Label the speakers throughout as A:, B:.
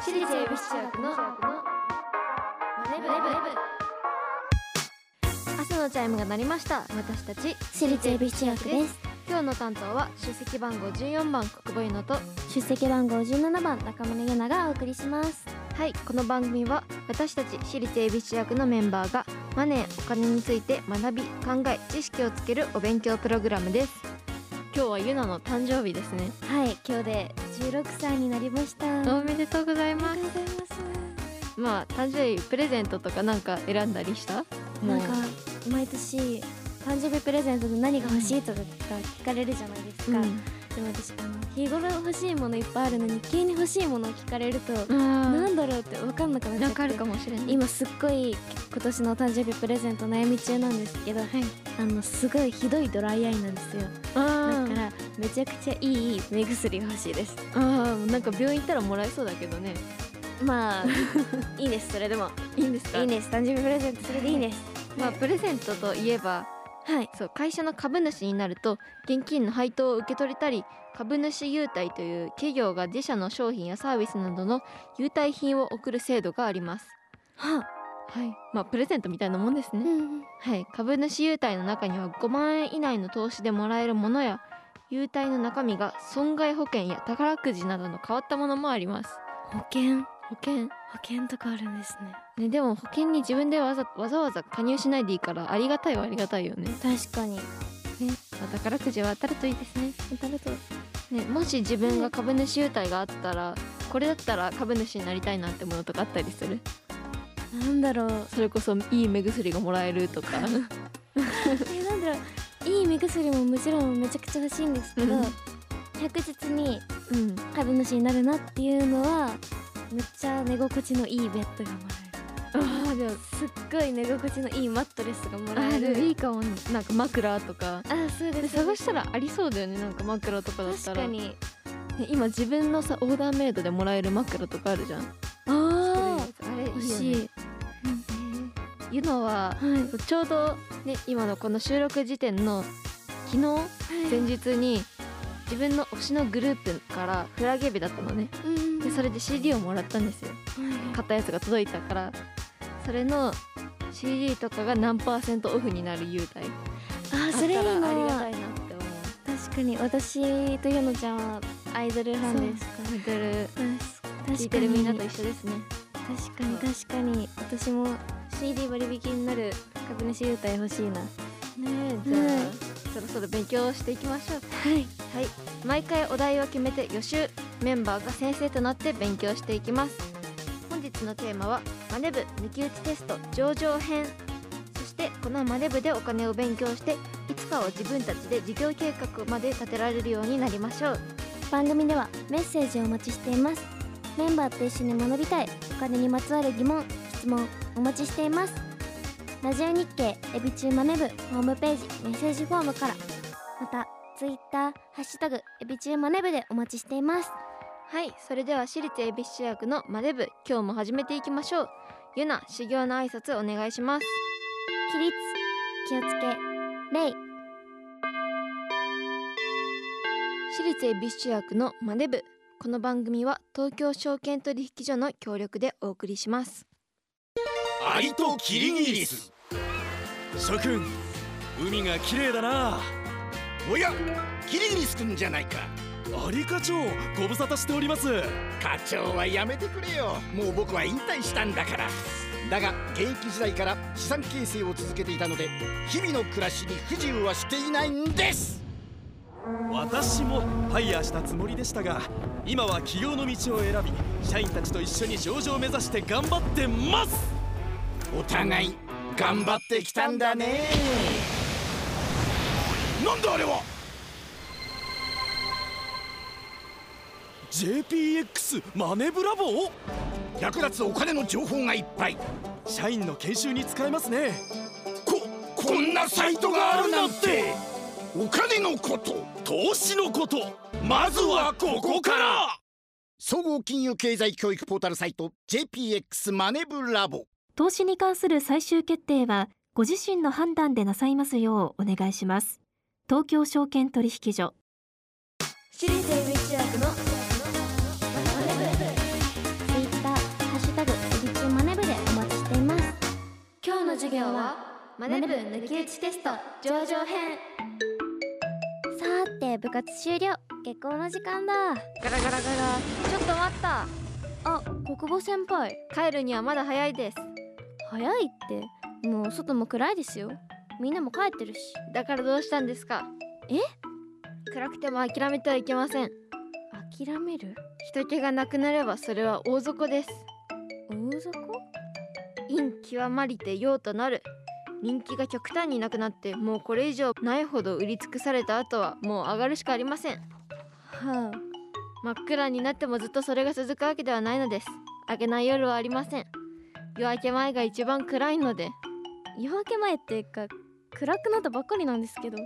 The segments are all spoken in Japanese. A: 私立恵比寿中学のマネブレブ朝のチャイムが鳴りました私たち
B: 私立恵比寿中学です
A: 今日の担当は出席番号14番国母井のと
B: 出席番号17番中村ゆながお送りします
A: はいこの番組は私たち私立恵比寿中学のメンバーがマネーお金について学び考え知識をつけるお勉強プログラムです今日はゆなの誕生日ですね
B: はい今日で16歳になりました
A: おめでとうございま
B: あり
A: す
B: がとうございます
A: まあ誕生日プレゼントとかなんか選んだりした
B: なんか毎年誕生日プレゼントで何が欲しいとか聞かれるじゃないですか、
A: う
B: で
A: ん
B: も私あの日頃欲しいものいっぱいあるのに急に欲しいものを聞かれると、
A: な
B: なんだろうって分かんなくなっちゃ
A: な
B: っ
A: ん
B: て
A: かあるかもしれない
B: 今すっごい今年のお誕生日プレゼント悩み中なんですけど、あのすごいひどいドライアイなんですよだ
A: あ
B: からめちゃくちゃいい目薬が欲しいです
A: あーなんか病院行ったらもらえそうだけどね
B: まあいいですそれでも
A: いいんです
B: いいです誕生日プレゼントそれでいいです
A: まあプレゼントといえば
B: はい
A: そう会社の株主になると現金の配当を受け取れたり株主優待という企業が自社の商品やサービスなどの優待品を贈る制度があります
B: は
A: はいまあプレゼントみたいなもんですね
B: うん
A: はい、株主優待の中には5万円以内の投資でもらえるものや優待の中身が損害保険や宝くじなどの変わったものもあります
B: 保険保
A: 保険、
B: 険とかあるんですね
A: ね、でも保険に自分でわざわざわざ加入しないでいいからありがたいはありがたいよね
B: 確かに
A: ね、まあ宝くじは当たるといいですね
B: 当たると
A: ねもし自分が株主優待があったらこれだったら株主になりたいなってものとかあったりする
B: なんだろう
A: それこそいい目薬がもらえる とか
B: えなんだろういい目薬ももちろんめちゃくちゃ欲しいんですけど
A: うん
B: 確実に
A: うん
B: 株主になるなっていうのはめっちゃ寝心地のいいベッドがもらえる
A: ああでも
B: すっごい寝心地のいいマットレスがも
A: あ
B: らえ
A: ーで
B: る
A: もいいかもねなんか枕とか
B: あーそうです
A: で探したらありそうだよねなんか枕とかだった
B: 確
A: ら
B: かに
A: ね今自分のさオーダーメイドでもらえる枕とかあるじゃん
B: あ
A: あれいいよね
B: 欲しい
A: ねゆのは
B: はいはい
A: そうちょうどね今のこの収録時点の昨日前日に自分の推しのグループからフラゲ日だったのね
B: うん
A: でそれで CD をもらったんですよ買ったやつが届いたからそれの CD とかが何パーセントオフになる優待
B: あーそれいい
A: あったらありが
B: な
A: たいなって思う
B: 確かに私とゆのちゃんはアイドルファンですか
A: メドル
B: ら
A: 聞いてるみんなと
B: 確
A: 一緒ですね
B: かに確かに私も CD 割引になる株主優待欲しいなは
A: ねえじゃあ、
B: はい
A: そろそろ勉強をしていきましょう
B: い
A: はい毎回お題を決めて予習メンバーが先生となって勉強していきます本日のテーマはマネ部抜き打ちテスト上場編そしてこのマネ部でお金を勉強していつかは自分たちで事業計画まで立てられるようになりましょう
B: 番組ではメッセージをお待ちしていますメンバーと一緒に学びたいお金にまつわる疑問質問お待ちしていますラジオ日経エビチューマメ部ホームページメッセージフォームからまたツイッターハッシュタグエビチューマネ部でお待ちしています
A: はいそれでは私立恵比寿中学のマネ部今日も始めていきましょうゆな修行の挨拶お願いします
B: 起立気をつけ礼
A: 私立恵比寿中学のマネ部この番組は東京証券取引所の協力でお送りします
C: アリとキリギリス
D: 諸君海が綺麗だな
C: おやキリギリスくんじゃないか
D: アリ課長ご無沙汰しております
C: 課長はやめてくれよもう僕は引退したんだからだが現役時代から資産形成を続けていたので日々の暮らしに不自由はしていないんです
D: 私もファイヤーしたつもりでしたが今は起業の道を選び社員たちと一緒に上場を目指して頑張ってます
C: お互い頑張ってきたんだねなんだあれは
D: JPX マネブラボ
C: 役立つお金の情報がいっぱい
D: 社員の研修に使えますね
C: ここんなサイトがあるなんてお金のこと
D: 投資のことまずはここから
C: 総合金融経済教育ポータルサイト JPX マネブラボ
E: 投資に関する最終決定はご自身の判断でなさいますようお願いします東京証券取引所
A: 私立恵比寿中学のマネ部間はマネ部抜き打ちテスト上場編
B: さーて部活終了下校の時間だ
A: ガラガラガラちょっと待った
B: あ国母先輩
A: 帰るにはまだ早いです
B: 早いってもう外も暗いですよみんなも帰ってるし
A: だからどうしたんですか暗くても諦めてはいけません
B: 諦める
A: 人気がなくなればそれは大底です
B: 大底
A: 陰極まりて用となる人気が極端になくなってもうこれ以上ないほど売り尽くされた後はもう上がるしかありません
B: はあ
A: 真っ暗になってもずっとそれが続くわけではないのです明けない夜はありません夜明け前が一番暗いので
B: 夜明け前っていうか暗くなったばっかりなんですけど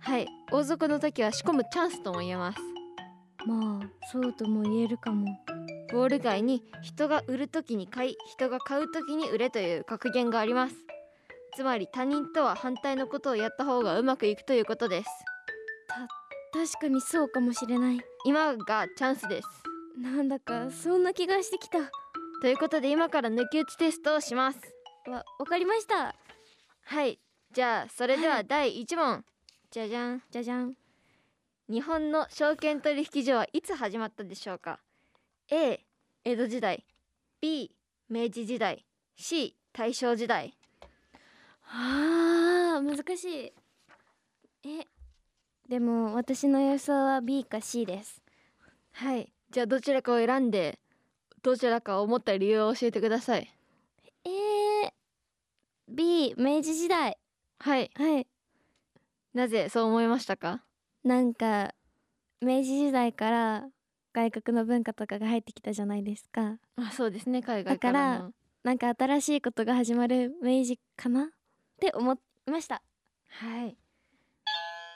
A: はい大底の時は仕込むチャンスとも言えます
B: まあそうとも言えるかも
A: ボール街に人が売る時に買い人が買う時に売れという格言がありますつまり他人とは反対のことをやった方がうまくいくということです
B: 確かにそうかもしれない
A: 今がチャンスです
B: なんだかそんな気がしてきた
A: ということで今から抜き打ちテストをします
B: わわかりました
A: はいじゃあそれでは第1問、じゃじゃん
B: じゃじゃん
A: 日本の証券取引所はいつ始まったでしょうか A 江戸時代 B 明治時代 C 大正時代
B: あー難しいえでも私の予想は B か C です
A: はいじゃあどちらかを選んでどちらかを思った理由を教えてください
B: えー、B 明治時代
A: はい
B: はい
A: なぜそう思いましたか
B: なんか明治時代から外国の文化とかが入ってきたじゃないですか
A: あそうですね海
B: 外
A: 外
B: か
A: からら
B: の
A: の
B: なんか新しいことが始まる明治かなって思いました
A: はい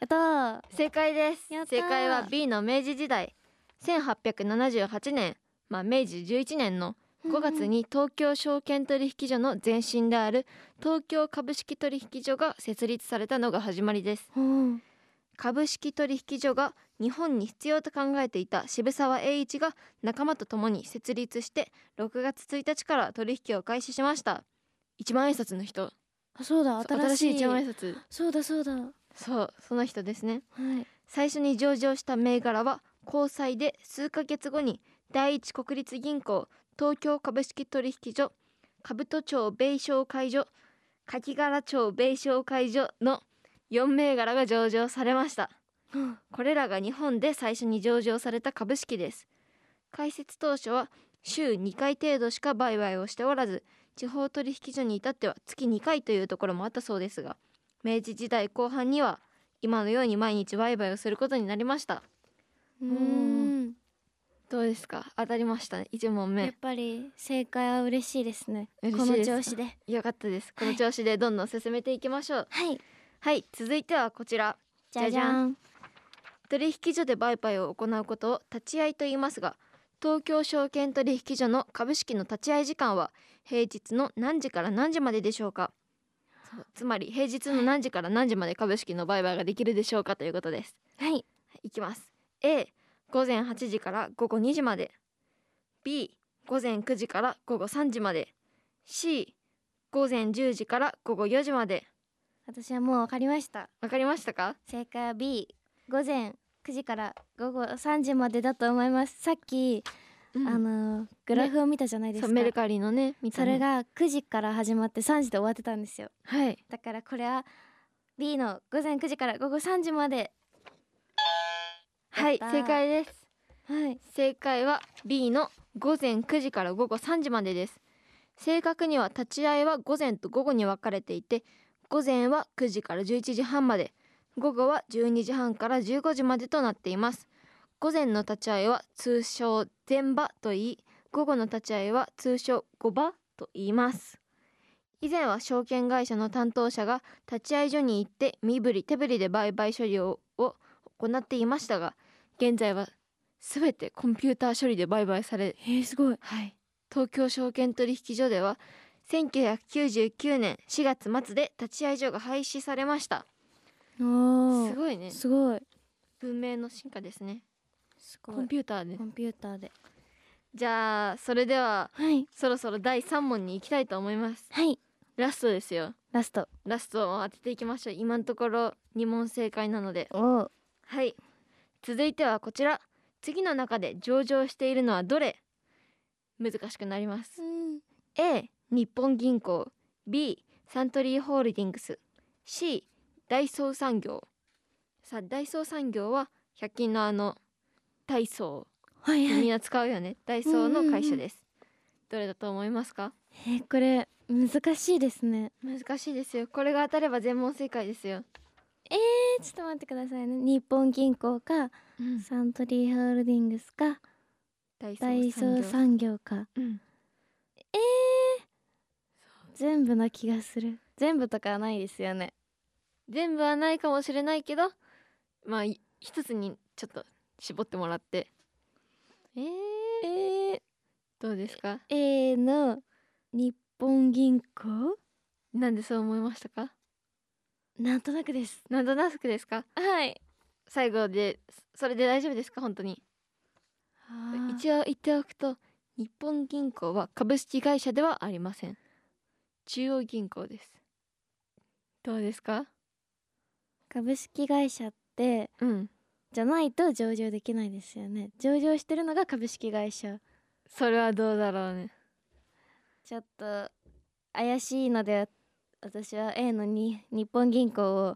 B: やったー
A: 正解です
B: やったー
A: 正解は B の明治時代1878年まあ明治11年の5月に東京証券取引所の前身である東京株式取引所が設立されたのが始まりです
B: うん
A: 株式取引所が日本に必要と考えていた渋沢栄一が仲間と共に設立して6月1日から取引を開始しました一万円札の人
B: あそうだ新
A: 新
B: し
A: し
B: い
A: い一万円札
B: そうだそうだは
A: そうその人ですね
B: い
A: 最初に上場した銘柄は交際で数ヶ月後に第一国立銀行東京株式取引所兜町米商会所柿柄町米商会所の4銘柄が上場されました
B: うん
A: これらが日本で最初に上場された株式です開設当初は週2回程度しか売買をしておらず地方取引所に至っては月2回というところもあったそうですが明治時代後半には今のように毎日売買をすることになりました
B: う
A: ー
B: ん
A: どうですか当たりましたね1問
B: やっ
A: 目
B: ぱり正解は嬉しいですね
A: 嬉
B: こ
A: しい
B: の
A: です
B: 調子で
A: よかったですこの調子でどんどん進めていきましょう
B: はい
A: はい続いてはこちら
B: じゃじゃん
A: 取引所で売買を行うことを立ち会いと言いますが東京証券取引所の株式の立ち会い時間は平日の何時から何時まででしょうかそうつまり平日の何時から何時まで株式の売買ができるでしょうかということです
B: はい
A: いきます A 午前8時から午後2時まで B 午前9時から午後3時まで C 午前10時から午後4時まで
B: 私はもうわかりました
A: わかりましたか
B: 正解は B 午前9時から午後3時までだと思いますさっき、あのグラフを見たじゃないです
A: そ
B: か、
A: うメルカリのね見た
B: そ
A: ね
B: れが9時から始まって3時で終わってたんですよ
A: はい
B: だからこれは B の午前9時から午後3時まで
A: はい
B: やったー
A: 正解です
B: はい
A: 正解は B の午前9時から午後3時までです正確には立ち会いは午前と午後に分かれていて午前は9時から11時半まで午後は12時半から15時までとなっています午前の立ち会いは通称前場と言い午後の立ち会いは通称後場と言います以前は証券会社の担当者が立ち会い所に行って身振り手振りで売買処理をを行っていましたが現在はすべてコンピューター処理で売買され、
B: えー、すごい
A: はい、東京証券取引所では1999年4月末で立ち会い所が廃止されました
B: お
A: すごいね
B: すごい
A: 文明の進化ですね
B: す
A: コンピューターで
B: コンピューターで
A: じゃあそれでは
B: はい
A: そろそろ第3問に行きたいと思います
B: はい
A: ラストですよ
B: ラスト
A: ラストを当てていきましょう今のところ2問正解なので
B: おう
A: はい続いてはこちら次の中で上場しているのはどれ難しくなります A 日本銀行 B サントリーホールディングス C ダイソー産業さあダイソー産業は100均のあのダイソ
B: はい
A: ー
B: は
A: みん
B: い
A: な使うよねダイソーの会社ですどれだと思いますか
B: えーこれ難しいですね
A: 難しいですよこれが当たれば全問正解ですよ、
B: えーちょっと待ってくださいね日本銀行かサントリーホールディングスか
A: ダイソ
B: ダイ
A: ー産
B: ソ
A: 業
B: ー産業か
A: うん
B: 全部な気がする全部とかはないですよね
A: 全部はないかもしれないけどまあい一つにちょっと絞ってもらってえー、
B: えー、
A: どうですか
B: A の日本銀行
A: なんでそう思いましたか
B: なんとなくです
A: なんとなくですか
B: はい
A: 最後でそれで大丈夫ですか本当に一応言っておくと日本銀行は株式会社ではありません中央銀行ですどうですか
B: 株式会社って
A: うん
B: じゃないと上場できないですよね上場してるのが株式会社
A: それはどうだろうね
B: ちょっと怪しいので私は A のに日本銀行を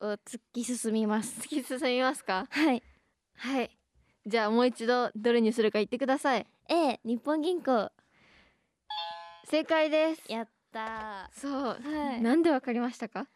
B: を突き進みます
A: 突き進みますか
B: はい
A: はいじゃあもう一度どれにするか言ってください
B: A 日本銀行
A: 正解です
B: やった
A: そう、
B: ーはい
A: なんでわかりましたか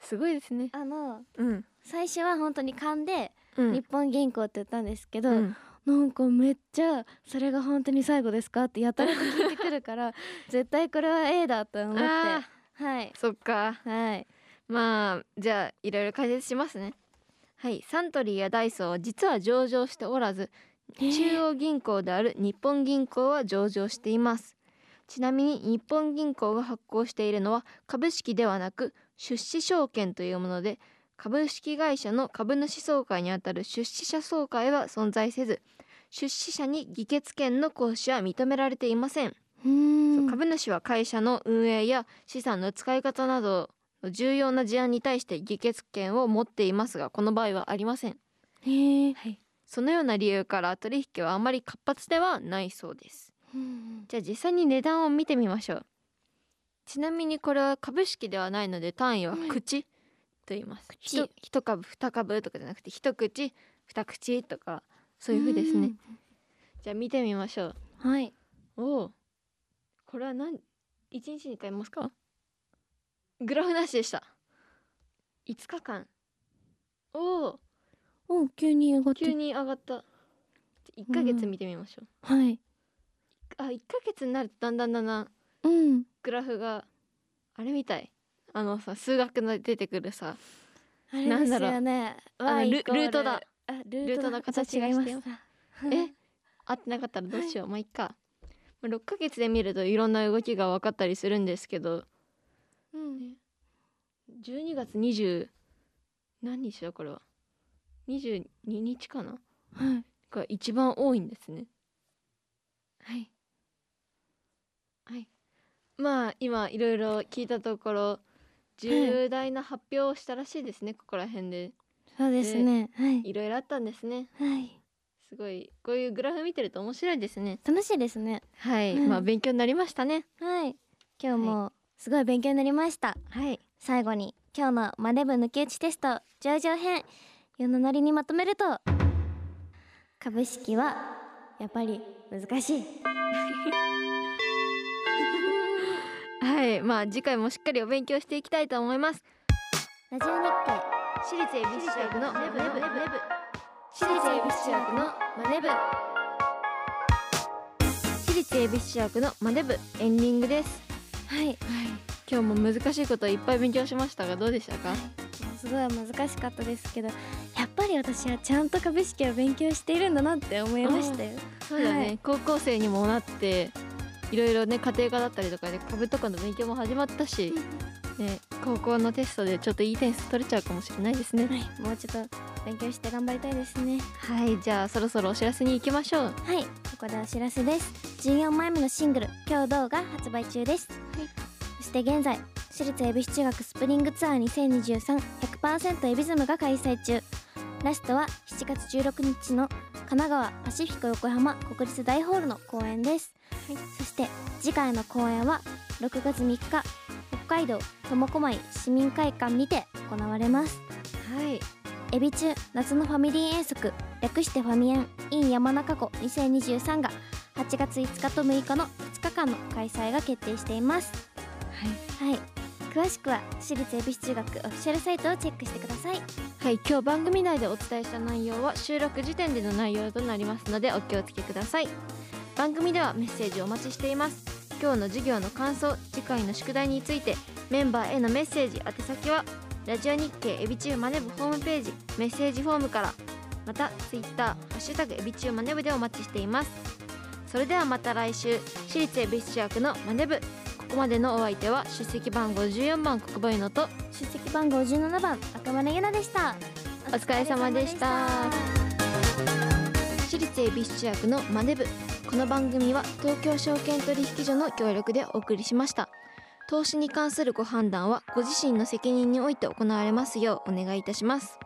A: すごいですね
B: あの
A: うん
B: 最初は本当に勘で
A: うん
B: 日本銀行って言ったんですけど、
A: うん
B: なんかめっちゃそれが本当に最後ですかってやたらと聞いてくるから 絶対これは A だと思って
A: あ
B: はい
A: ーそっか
B: はい
A: まあじゃあいろいろ解説しますねはいサントリーやダイソーは実は上場しておらず中央銀行である日本銀行は上場していますちなみに日本銀行が発行しているのは株式ではなく出資証券というもので株式会社の株主総会にあたる出資者総会は存在せず出資者に議決権の行使は認められていません
B: う
A: そうん株主は会社の運営や資産の使い方などの重要な事案に対して議決権を持っていますがこの場合はありません
B: へー
A: そのような理由から取引はあまり活発ではないそうです
B: うん
A: じゃあ実際に値段を見てみましょうちなみにこれは株式ではないので単位は口と言います
B: 口
A: 一一株二株とかじゃなくて一口二口とかそういう風ですねじゃあ見てみましょ
B: うんはい、
A: うおおこれは何一日に買いますかグラフなしでした5日間おお
B: お急に上がって
A: 急に上がった1ヶ月見てみましょう、
B: はい
A: あ1ヶ月になるとだんだんだんだん
B: うん
A: グラフがあれみたいあのさ数学の出てくるさ
B: あれですよね
A: あの
B: Y
A: ル
B: イコー
A: ルートだ
B: あル
A: ルートの形が
B: 違いま
A: して
B: す
A: え合ってなかったらどうしよう、まあいっかまあ6ヶ月で見るといろんな動きが分かったりするんですけど
B: うん
A: 12月20何日だこれは22日かな
B: はい
A: が一番多いんですねはいはいまあ今いろいろ聞いたところ重大な発表をしたらしいですねここら辺で
B: そうですねはい
A: いろいろあったんですね
B: はい
A: すごいこういうグラフ見てると面白いですね
B: 楽しいですね
A: はい、
B: うん
A: まあ勉強になりましたね
B: はい今日もすごい勉強になりました
A: はい
B: 最後に今日のマネブ抜き打ちテスト上場編世のノリにまとめると株式はやっぱり難しい
A: はいまあ次回もしっかりお勉強していきたいと思います
B: ラジオ日経
A: 私立恵比寿中学のマネブマネブ
B: 私立恵比寿中学のマネブ
A: 私立恵比寿中学のマネブエンディングです
B: はい
A: 今日も難しいこといっぱい勉強しましたがどうでしたか
B: すごい難しかったですけどやっぱり私はちゃんと株式を勉強しているんだなって思いましたよ
A: そうだね、
B: はい
A: 高校生にもなっていろいろね家庭科だったりとかで株とかの勉強も始まったし、ね、高校のテストでちょっといい点数取れちゃうかもしれないですね
B: はいもうちょっと勉強して頑張りたいですね
A: はいじゃあそろそろお知らせに行きましょう
B: はいここでお知らせです14枚目のシングル「今日動画」発売中です、そして現在私立恵比寿中学スプリングツアー2023100%恵比ズムが開催中ラストは7月16日の神奈川パシフィコ横浜国立大ホールの公演です、そして次回の公演は6月3日北海道苫小牧市民会館にて行われます
A: はい
B: エビ中夏のファミリー遠足略してファミエン in 山中湖2023が8月5日と6日の2日間の開催が決定していますはい、詳しくは私立恵比寿中学オフィシャルサイトをチェックしてください
A: はい、今日番組内でお伝えした内容は収録時点での内容となりますのでお気をつけください番組ではメッセージをお待ちしています今日の授業の感想次回の宿題についてメンバーへのメッセージ宛先はラジオ日経エビチューマネブホームページメッセージフォームからまたツイッターハッシュタグエビチューマネブでお待ちしていますそれではまた来週私立恵比寿中学のマネブここまでのお相手は出席番号14番国母ゆのと
B: 出席番号17番赤丸ゆなでした
A: お疲れ様でした私立恵比寿中学のマネ部この番組は東京証券取引所の協力でお送りしました投資に関するご判断はご自身の責任において行われますようお願いいたします